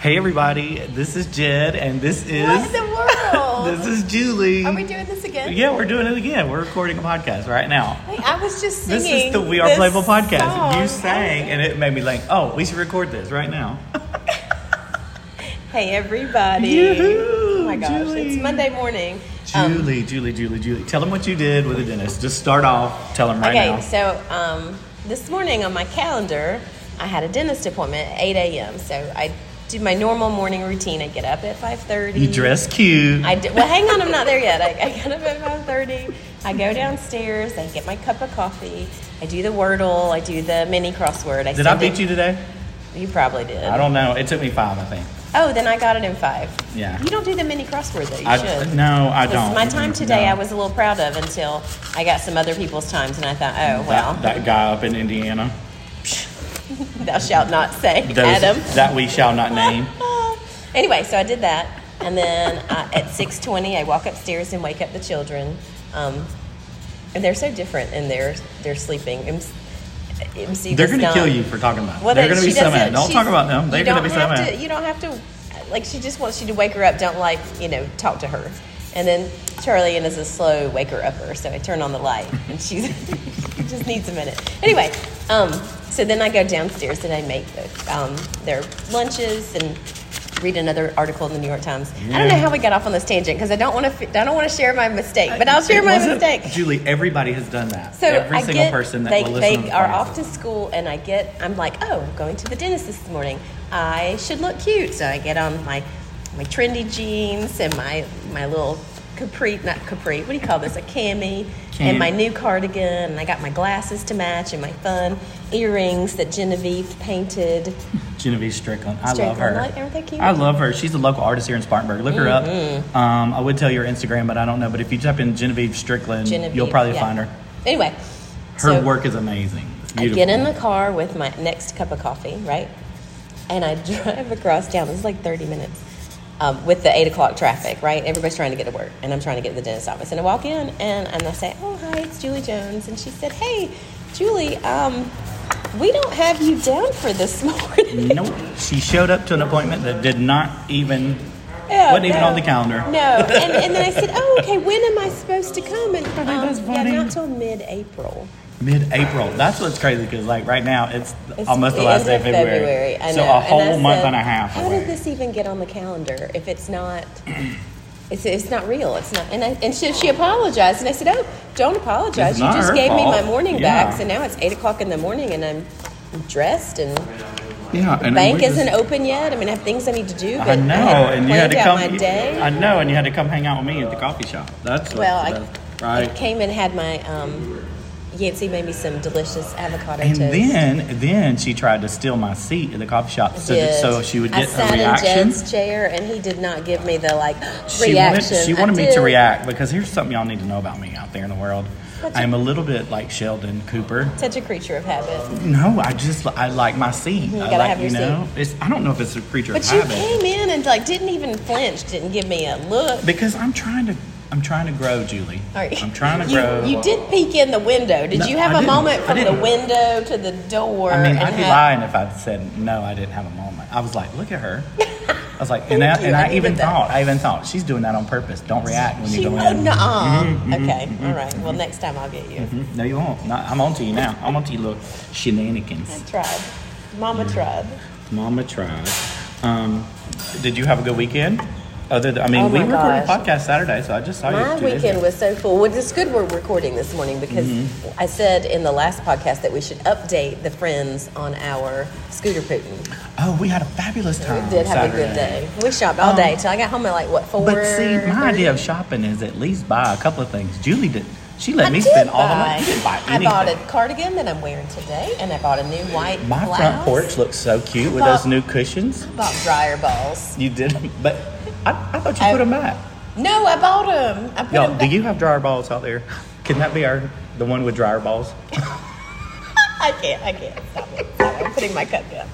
Hey everybody, this is Jed, and this is What in the world? this is Julie. Are we doing this again? yeah, we're doing it again. We're recording a podcast right now. Like, I was just This singing. is the We Are this Playful podcast. song. You sang, and it made me like, oh, we should record this right now. Hey everybody! Yoo-hoo, oh my gosh, Julie. it's Monday morning. Um, Julie, Julie, Julie, Julie. Tell them what you did with the dentist. Just start off. Tell them right okay, now. so um, this morning on my calendar, I had a dentist appointment at 8 a.m. So I do my normal morning routine. I get up at 5:30. You dress cute. I did, well, hang on, I'm not there yet. I, I get up at five thirty. I go downstairs. I get my cup of coffee. I do the Wordle. I do the mini crossword. I did I beat you today? You probably did. I don't know. It took me five, I think. Oh, then I got it in five. Yeah. You don't do the mini crossword though. You I, should. No, I Because don't. My time today, No. I was a little proud of until I got some other people's times, and I thought, oh well, that, that guy up in Indiana. thou shalt not say Those- Adam. That we shall not name. anyway, so I did that, and then uh, at six twenty, I walk upstairs and wake up the children. Um, and they're so different in their their sleeping. MC, MC They're was going to done. kill you for talking about. Them. Well, They're they- going to be she so doesn't- mad. Don't she's- talk about them. They're you going to don't be so have mad. to- You don't have to. Like she just wants you to wake her up. Don't like you know talk to her. And then Charlie and is a slow waker upper, so I turn on the light and she's she just needs a minute. Anyway, um, so then I go downstairs and I make the, um, their lunches and read another article in the New York Times. I don't know Yeah. how we got off on this tangent because I don't want to I don't want to share my mistake, but I'll share It my wasn't- mistake. Julie, everybody has done that. So Every I single get, person that they, will they listen to the are podcast. off to school, and I get I'm like, oh, I'm going to the dentist this morning. I should look cute, so I get on my my trendy jeans and my my little capri, not capri. What do you call this? A cami, Cam. and my new cardigan, and I got my glasses to match and my fun earrings that Genevieve painted. Mm-hmm. Genevieve Strickland. I love Strickland, her. like, aren't they cute? Mm-hmm. I love her. She's a local artist here in Spartanburg. Look her up. Um, I would tell you her Instagram, but I don't know. But if you type in Genevieve Strickland, Genevieve, you'll probably yeah. find her. Anyway, Her so- work is amazing. It's I beautiful. get in the car with my next cup of coffee, right? And I drive across town. This is like 30 minutes um, with the 8 o'clock traffic, right? Everybody's trying to get to work, and I'm trying to get to the dentist office. And I walk in, and, and I say, Oh, hi, it's Julie Jones. And she said, Hey, Julie, um, we don't have you down for this morning. Nope. She showed up to an appointment that did not even Yeah, wasn't even Oh, no. on the calendar. No. And, and then I said, Oh, okay, when am I supposed to come? And um, that's yeah, funny. not till mid April. Mid-April. That's what's crazy because, like, right now it's, It's- almost the it last is day of February. I so know. a whole I month said, and a half. How away. did this even get on the calendar if it's not? It's, it's not real. It's not. And I, and she, she apologized, and I said, "Oh, don't apologize. It's you not just her gave me my fault." morning Yeah. back, so now it's eight o'clock in the morning, and I'm dressed, and Yeah, and bank we just- isn't open yet. I mean, I have things I need to do. But I know, had and you had planned to out come. my day. I know, and you had to come hang out with me at the coffee shop. That's what, well, I, that's, I right. came and had my um, Yancy made me some delicious avocado And toast. then, then she tried to steal my seat at the coffee shop, so, that, did. so she would I get sat her reaction. in Jed's chair, and he did not give me the like She wanted, reaction. she I wanted me did. to react because here's something y'all need to know about me out there in the world. What's I'm a little bit like Sheldon Cooper. Such a creature of habit. No, I just I like my seat. You I gotta like, have your you know, it's I don't know if it's a creature But of you habit. came in and like didn't even flinch, didn't give me a look. Because I'm trying to, I'm trying to grow, Julie. All right. I'm trying to you, grow. You did peek in the window. Did No, you have I a didn't. moment I from the didn't. window to the door? I mean, and I'd be how- lying if I said no. I didn't have a moment. I was like, look at her. I was like, and I, Thank you. and I I, even needed that. thought, I even thought she's doing that on purpose. Don't react when She, you go oh, in. Mm-hmm, no. okay. All right. Well, next time I'll get you. No, you won't. No, I'm on to you now. I'm on to you, little I shenanigans. tried. Mama tried. Mama tried. Um, did you have a good weekend? Other than, I mean, Oh we my recorded gosh. a podcast Saturday, so I just saw My you. two days weekend ago. was so full. Well, it's good we're recording this morning because Mm-hmm. I said in the last podcast that we should update the friends on our scooter Putin. Oh, we had a fabulous We time. did have a Saturday. Um, good day. We shopped all day till I got home at like what four? But see, my 30? idea of shopping is at least buy a couple of things. Julie did. She let I me did spend all the money. buy- She didn't buy I anything. bought a cardigan that I'm wearing today, and I bought a new white My blouse. front porch looks so cute with Well- those new cushions. Bought dryer balls. You did, but I, I thought you I- put them back. No, I bought them. I put Y'all, them do you have dryer balls out there? Can that be our the one with dryer balls? I can't. I can't. Stop it. Stop it. I'm putting my cup down.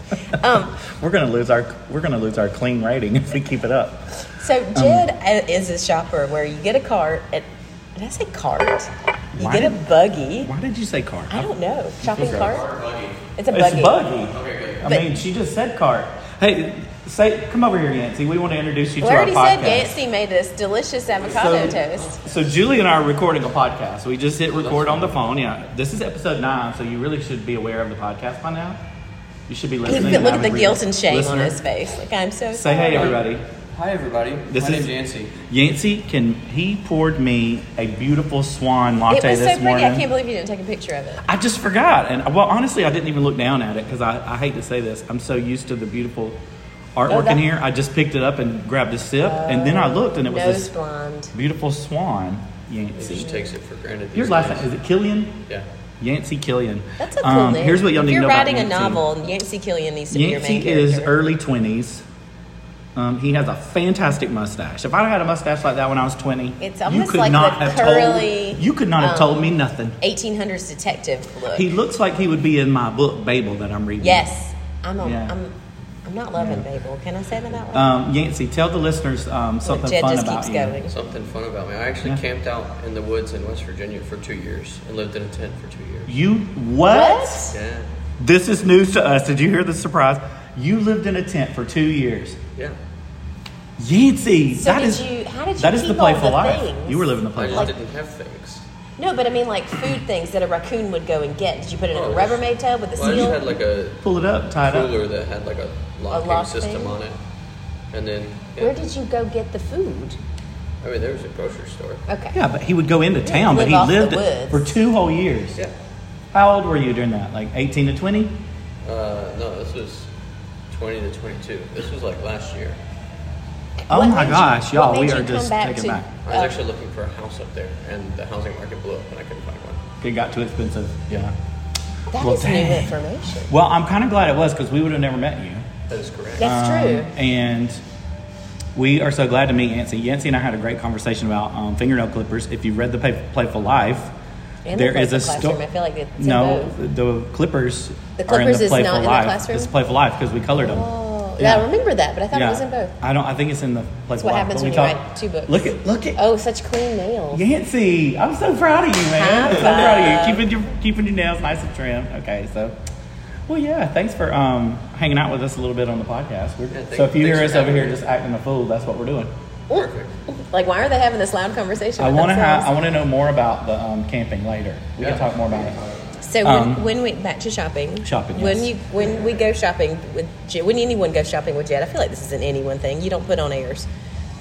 Um, We're gonna lose our we're gonna lose our clean rating if we keep it up. so Um, Jed uh is a shopper where you get a cart. At, did I say cart? You Why get a did- buggy. Why did you say cart? I don't know. Shopping Okay. cart. It's a buggy. It's buggy. I But- mean, she just said cart. Hey, Say, come over here, Yancy. We want to introduce you We to our already said podcast. Yancey made this delicious avocado toast. So Julie and I are recording a podcast. We just hit record on the phone. Yeah, this is episode nine, so you really should be aware of the podcast by now. You should be Look listening. at avid the re- guilt and shame on listener. his face. Like I'm so Say sorry. hey, everybody. Hi, everybody. This My is- name's Yancy. Yancey can he poured me a beautiful swan It was latte so this pretty. morning. I can't believe you didn't take a picture of it. I just forgot, and well, honestly, I didn't even look down at it because I, I hate to say this. I'm so used to the beautiful artwork that- in here. I just picked it up and grabbed a sip, and then I looked, and it was Nose this blonde. beautiful swan. Yancy, He just takes it for granted. these your last days. name is it Killian? Yeah. Yancey Killian. That's a cool Um, name. Here's what y'all if need to you're know writing about a Yancey. novel, Yancey Killian needs to be Yancey your main is er- character. early 20s. Um, he has a fantastic mustache. If I had a mustache like that when I was 20, It's you almost could like not the have curly, told, you could not have um, told me nothing. 1800s detective look. He looks like he would be in my book Babel that I'm reading. yes, I'm. On, Yeah. I'm. I'm not loving Babel. Can I say that out loud? Um, Yancey, tell the listeners um, something Jed fun just about keeps you. going. Something fun about me. I actually Yeah. camped out in the woods in West Virginia for two years and lived in a tent for two years. You what? What? Yeah. This is news to us. Did you hear the surprise? You lived in a tent for two years. Yeah. Yancey, So that did is you? How did you? that is keep the playful all the life. Things? You were living the I playful just life. didn't have things. No, but I mean like food things that a raccoon would go and get. Did you put it in a Oh, yes. Rubbermaid tub with a Well, I just seal? had like a Pull it up, tie it up. cooler that had like a locking lock system thing? on it. And then, yeah. Where did you go get the food? I mean, there was a grocery store. Okay. Yeah, but he would go into town, but live he off the lived woods. for two whole years. Yeah. How old were you during that? Like 18 to 20? Uh, no, this was 20 to 22. This was like last year. Oh What my made you- gosh, what y'all, made we you are come just back taken to- back. I was Uh, actually looking for a house up there, and the housing market blew up, and I couldn't find one. It got too expensive. Yeah. That Well, is new dang. information. Well, I'm kind of glad it was because we would have never met you. That is correct. That's true. Um, And we are so glad to meet Yancy. Yancy and I had a great conversation about um, fingernail clippers. If you read the Play- Playful Life, In the there is a Playful Classroom. story. I feel like it's in no, both. the clippers. are The in clippers the is not playful in the life. classroom? It's playful life because we colored them. Oh, Yeah. yeah. I remember that, but I thought yeah. it was in both. I don't. I think it's in the playful what life. happens but when we you talk- write two books. Look at look at Oh, such clean nails. Yancy, I'm so proud of you, man. High I'm so proud five. of you. Keeping your keeping your nails nice and trimmed. Okay, so well, yeah. Thanks for um, hanging out with us a little bit on the podcast. We're, Yeah, thank- so if you hear thanks us for over having here me. just acting a fool, that's what we're doing. Perfect. Like, why are they having this loud conversation? I with want to have. themselves? I want to know more about the um, camping later. We Yeah. can talk more about it. So um, when, when we back to shopping, Shopping, When yes. you when we go shopping with Jed, when anyone goes shopping with Jed, I feel like this is an anyone thing. You don't put on airs.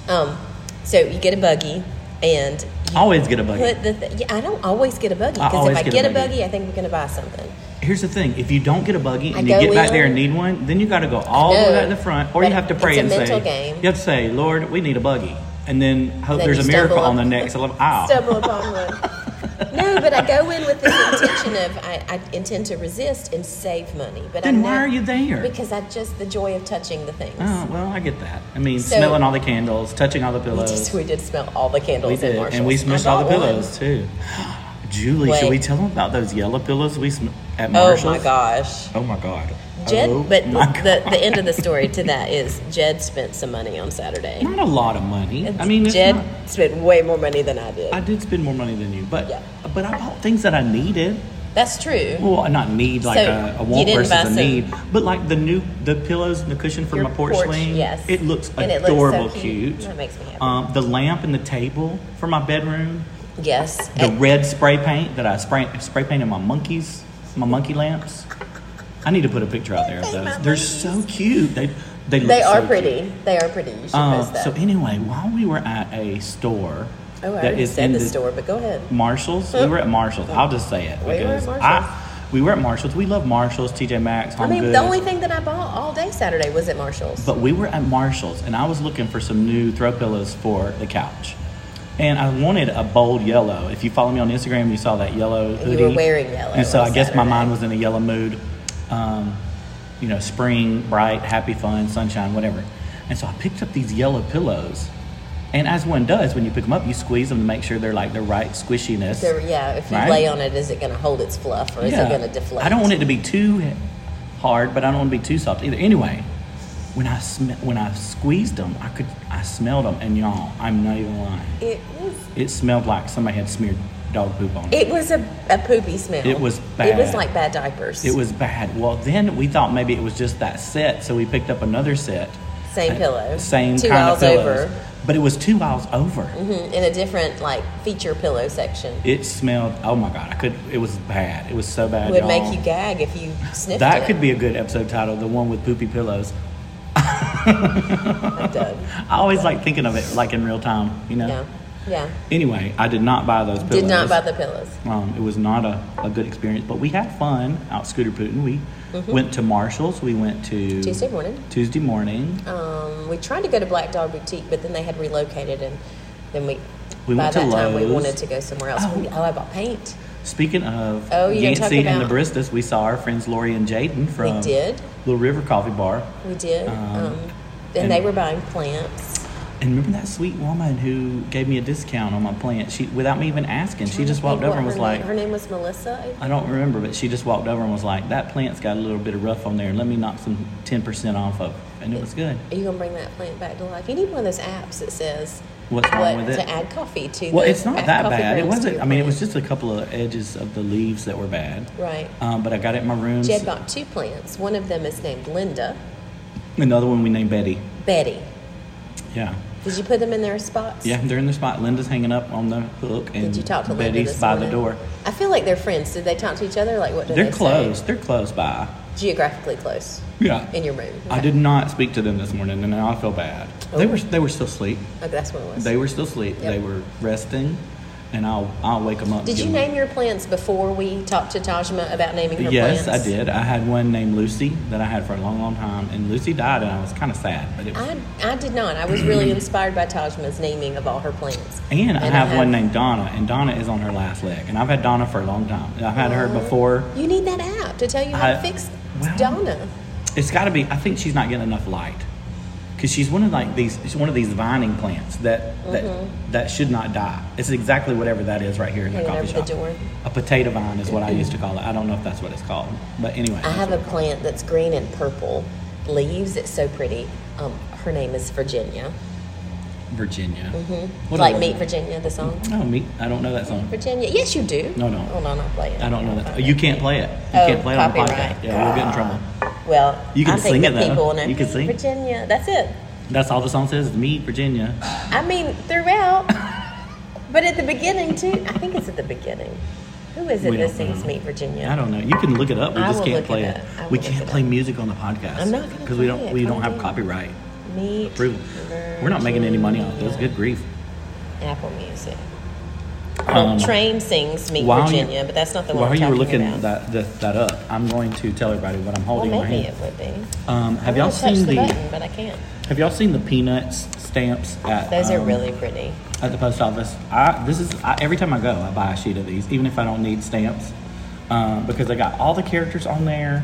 Um, so you get a buggy and you I always get a buggy. put the. Th- yeah, I don't always get a buggy I because always if I get get, a a buggy. buggy, I think we're gonna buy something. Here's the thing: if you don't get a buggy I and you go get back in. there and need one, then you got to go all the know, way back to the front, or you but have to it's pray a and say, mental game. you have to say, Lord, we need a buggy, and then hope Then there's a you miracle stumble on the up- next level. aisle. Stumble upon one. No, but I go in with this intention of I, I intend to resist and save money. But Then I'm why not- are you there? Because I just the joy of touching the things. Oh, well, I get that. I mean, So- smelling all the candles, touching all the We pillows. did, we did smell all the candles We did, in Marshalls. Oh and we I smushed all the bought one. pillows too. Julie, should Wait. we tell them about those yellow pillows we sm- at Oh Marshalls? my gosh. Oh my god. Jed, Oh but my the, God. the end of the story to that is Jed spent some money on Saturday. not a lot of money. I mean, it's Jed not, spent way more money than I did. I did spend more money than you, but Yeah. but I bought things that I needed. That's true. Well, not need like So, a, a you want didn't versus buy a some- need, but like the new the pillows and the cushion for Your my porch, porch, swing. yes. it looks And it looks so adorable, cute. cute. That makes me happy. Um, the lamp and the table for my bedroom. Yes. the And red spray paint that I spray spray painted my monkeys, my monkey lamps. I need to put a picture out there of Paint my those. They're so cute. They they look they so are cute. pretty. They are pretty. You should Um, post that. so anyway, while we were at a store oh, I that already is said in the store, but go ahead. Marshalls, we were at Marshalls. I'll just say it We were at because Marshalls. I we were at Marshalls. We love Marshalls, TJ Maxx, I Home mean, Goods. the only thing that I bought all day Saturday was at Marshalls. But we were at Marshall's and I was looking for some new throw pillows for the couch. And I wanted a bold yellow. If you follow me on Instagram, you saw that yellow And you hoodie. were wearing yellow And so I on guess my Saturday. mind was in a yellow mood. Um, you know, spring, bright, happy, fun, sunshine, whatever. And so I picked up these yellow pillows. And as one does, when you pick them up, you squeeze them to make sure they're like the right squishiness. So, yeah, if you Right. lay on it, is it going to hold its fluff or is it going to deflate? I don't want it to be too hard, but I don't want to be too soft either. Anyway, when I sm- when I squeezed them, I could I smelled them, and y'all, I'm not even lying. It was It smelled like somebody had smeared dog poop on it. It was a, a poopy smell. It was It was bad. like bad diapers. It was bad. Well, then we thought maybe it was just that set, so we picked up another set, same pillow. Same two kind aisles of pillows. over But it was two aisles over. mhm, in a different like feature pillow section. It smelled. Oh my god! I could. It was bad. It was so bad. Would y'all. make you gag if you sniffed That it. could be a good episode title. The one with poopy pillows. I'm done. I always like thinking of it like in real time. You know. Yeah, yeah. Anyway, I did not buy those pillows. Did not buy the pillows. Um, it was not a, a good experience, but we had fun out scooter pootin'. We went to Marshalls. We went to Mm-hmm. Tuesday morning. Tuesday morning. Um, we tried to go to Black Dog Boutique, but then they had relocated, and then we. We by went to that time, we Lowe's. wanted to go somewhere else. Oh. We- Oh, I bought paint. Speaking of Oh, you didn't talk Yancey and the about- baristas, we saw our friends Lori and Jaden from did. Little River Coffee Bar. We did. Um, Um, and, they and- were buying plants. And remember that sweet woman who gave me a discount on my plant? She, without me even asking, she just walked What over and was her like, name- "Her name was Melissa." I don't remember, but she just walked over and was like, that plant's got a little bit of rough on there. Let me knock some 10% off of. it." And it was good. Are you gonna bring that plant back to life? You need one of those apps that says What's wrong with it? to add coffee to. Well, the it's not add that coffee bad. It grounds to wasn't, your I mean, it plant. was just a couple of edges of the leaves that were bad. right. Um, but I got it in my room. She had bought two plants. One of them is named Linda, Another one we named Betty. Betty. Yeah. Did you put them in their spots? Yeah, they're in the spot. Linda's hanging up on the hook, and Did you talk to Linda Betty's this by morning? the door. I feel like they're friends. Did they talk to each other? Like what? Did They're they say? close. They're close by. Geographically close Yeah. in your room. I did not speak to them this morning, and now I feel bad. They Oh. were they were still asleep. Okay, that's what it was. They were still asleep. Yep. They were resting, and I'll I'll wake them up. did you name your plants before we talked to Tajma about naming her Yes, plants? I did. I had one named Lucy that I had for a long, long time, and Lucy died, and I was kind of sad. But it was, I, I did not. I was really inspired by Tajma's naming of all her plants. and I have one named Donna, and Donna is on her last leg, and I've had Donna for a long time. I've had her before. You need that app to tell you how I- to fix well- Donna. It's got to be. I think she's not getting enough light because she's one of like these. She's one of these vining plants that Mm-hmm. that that should not die. It's exactly whatever that is right here in the Hanging coffee over shop. the door. A potato vine is what I used to call it. I don't know if that's what it's called, but anyway. I have a plant that's green and purple leaves. It's so pretty. Um, her name is Virginia. Virginia. Mm-hmm. like Meet Virginia, the song. No, meet. I don't know that song. Virginia. Yes, you do. No, no. Hold on, I'll play it. I don't know that. oh, You can't play it. You Oh, can't play it on the copyright. podcast. Yeah, we'll get in trouble. Well, You can I think sing the it, though. people know. You can sing. Virginia. That's it. That's all the song says. is Meet Virginia. I mean, throughout, but at the beginning too. I think it's at the beginning. Who is it We that don't know. sings Meet Virginia? I don't know. You can look it up. We I just will can't look play it. it up. I will We look can't it play up. music on the podcast. I'm not gonna because we play don't it. we don't Come have on. copyright Meet. approval. We're not making any money off this. Virginia. Good grief. Apple Music. Um, well, Train sings Meet while you- Virginia, but that's not the one. While I'm you were talking looking that, about. that that up, I'm going to tell everybody what I'm well, holding in my maybe it hand. would be. Um, I'm have y'all gonna touch seen the, the, button? But I can't. Have y'all seen the peanuts stamps at Those are um, really pretty. at the post office. I, this is I, every time I go, I buy a sheet of these, even if I don't need stamps, um, because they got all the characters on there.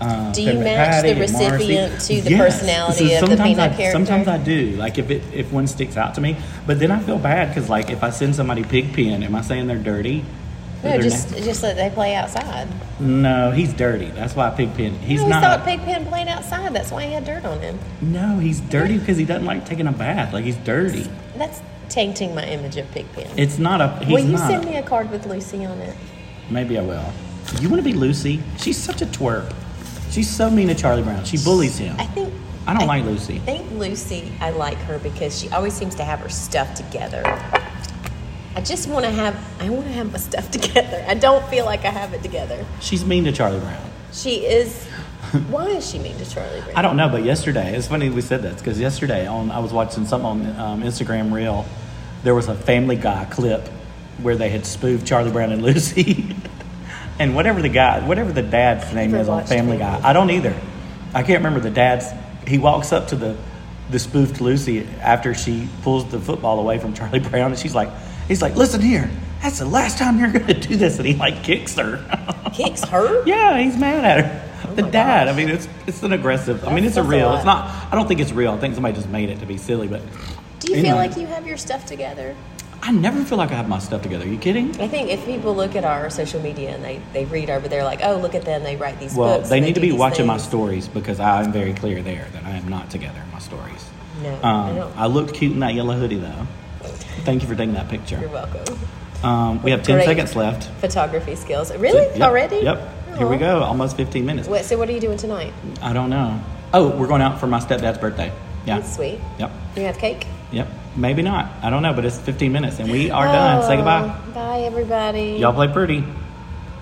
Um, Do you Peppa match the Patty and Marcy. recipient to the Yes. personality So of the sometimes peanut I, character? Sometimes I do. Like if it if one sticks out to me, but then I feel bad because like if I send somebody Pigpen, am I saying they're dirty? That No, they're just na- just let they play outside. no, he's dirty. That's why Pigpen. He's I always not. thought Pigpen played outside. That's why he had dirt on him. no, he's dirty because he doesn't like taking a bath. Like he's dirty. That's tainting my image of Pigpen. It's not a. He's Will you not. send me a card with Lucy on it? Maybe I will. You want to be Lucy? She's such a twerp. She's so mean to Charlie Brown. She bullies him. I think. I don't like Lucy. I think Lucy, I like her because she always seems to have her stuff together. I just want to have. I want to have my stuff together. I don't feel like I have it together. She's mean to Charlie Brown. She is. why is she mean to Charlie Brown? I don't know, but yesterday it's funny we said that because yesterday on I was watching something on um, Instagram reel. There was a Family Guy clip where they had spoofed Charlie Brown and Lucy, and whatever the guy, whatever the dad's name never is on watched Family Guy, Family I don't either. I can't remember the dad's. He walks up to the the spoofed Lucy after she pulls the football away from Charlie Brown, and she's like, he's like, listen here, that's the last time you're gonna do this, and he like kicks her. Kicks her. Yeah, he's mad at her. the Oh my dad. gosh. I mean, it's it's an aggressive. I mean, it's That's- a that's a real. lot. it's not. I don't think it's real. I think somebody just made it to be silly. But Do you Anyway. feel like you have your stuff together? I never feel like I have my stuff together. Are you kidding? I think if people look at our social media and they, they read over, they're like, oh, look at them. They write these Well, books. they and need to do be these watching my things." stories because I am very clear there that I am not together in my stories. No, I um, don't. I looked cute in that yellow hoodie though. Thank you for taking that You're picture. welcome. Um, we have ten Great. seconds left. Photography skills. Really? Yep. Already? Oh. Yep. Here we Aw. go. Almost fifteen minutes. What, so, what are you doing tonight? I don't know. Oh, we're going out for my stepdad's birthday. Yeah. That's sweet. Yep. You have cake? Yep. Maybe not. I don't know, but it's 15 minutes and we are done. Say goodbye. Oh, Bye, everybody. Y'all play pretty.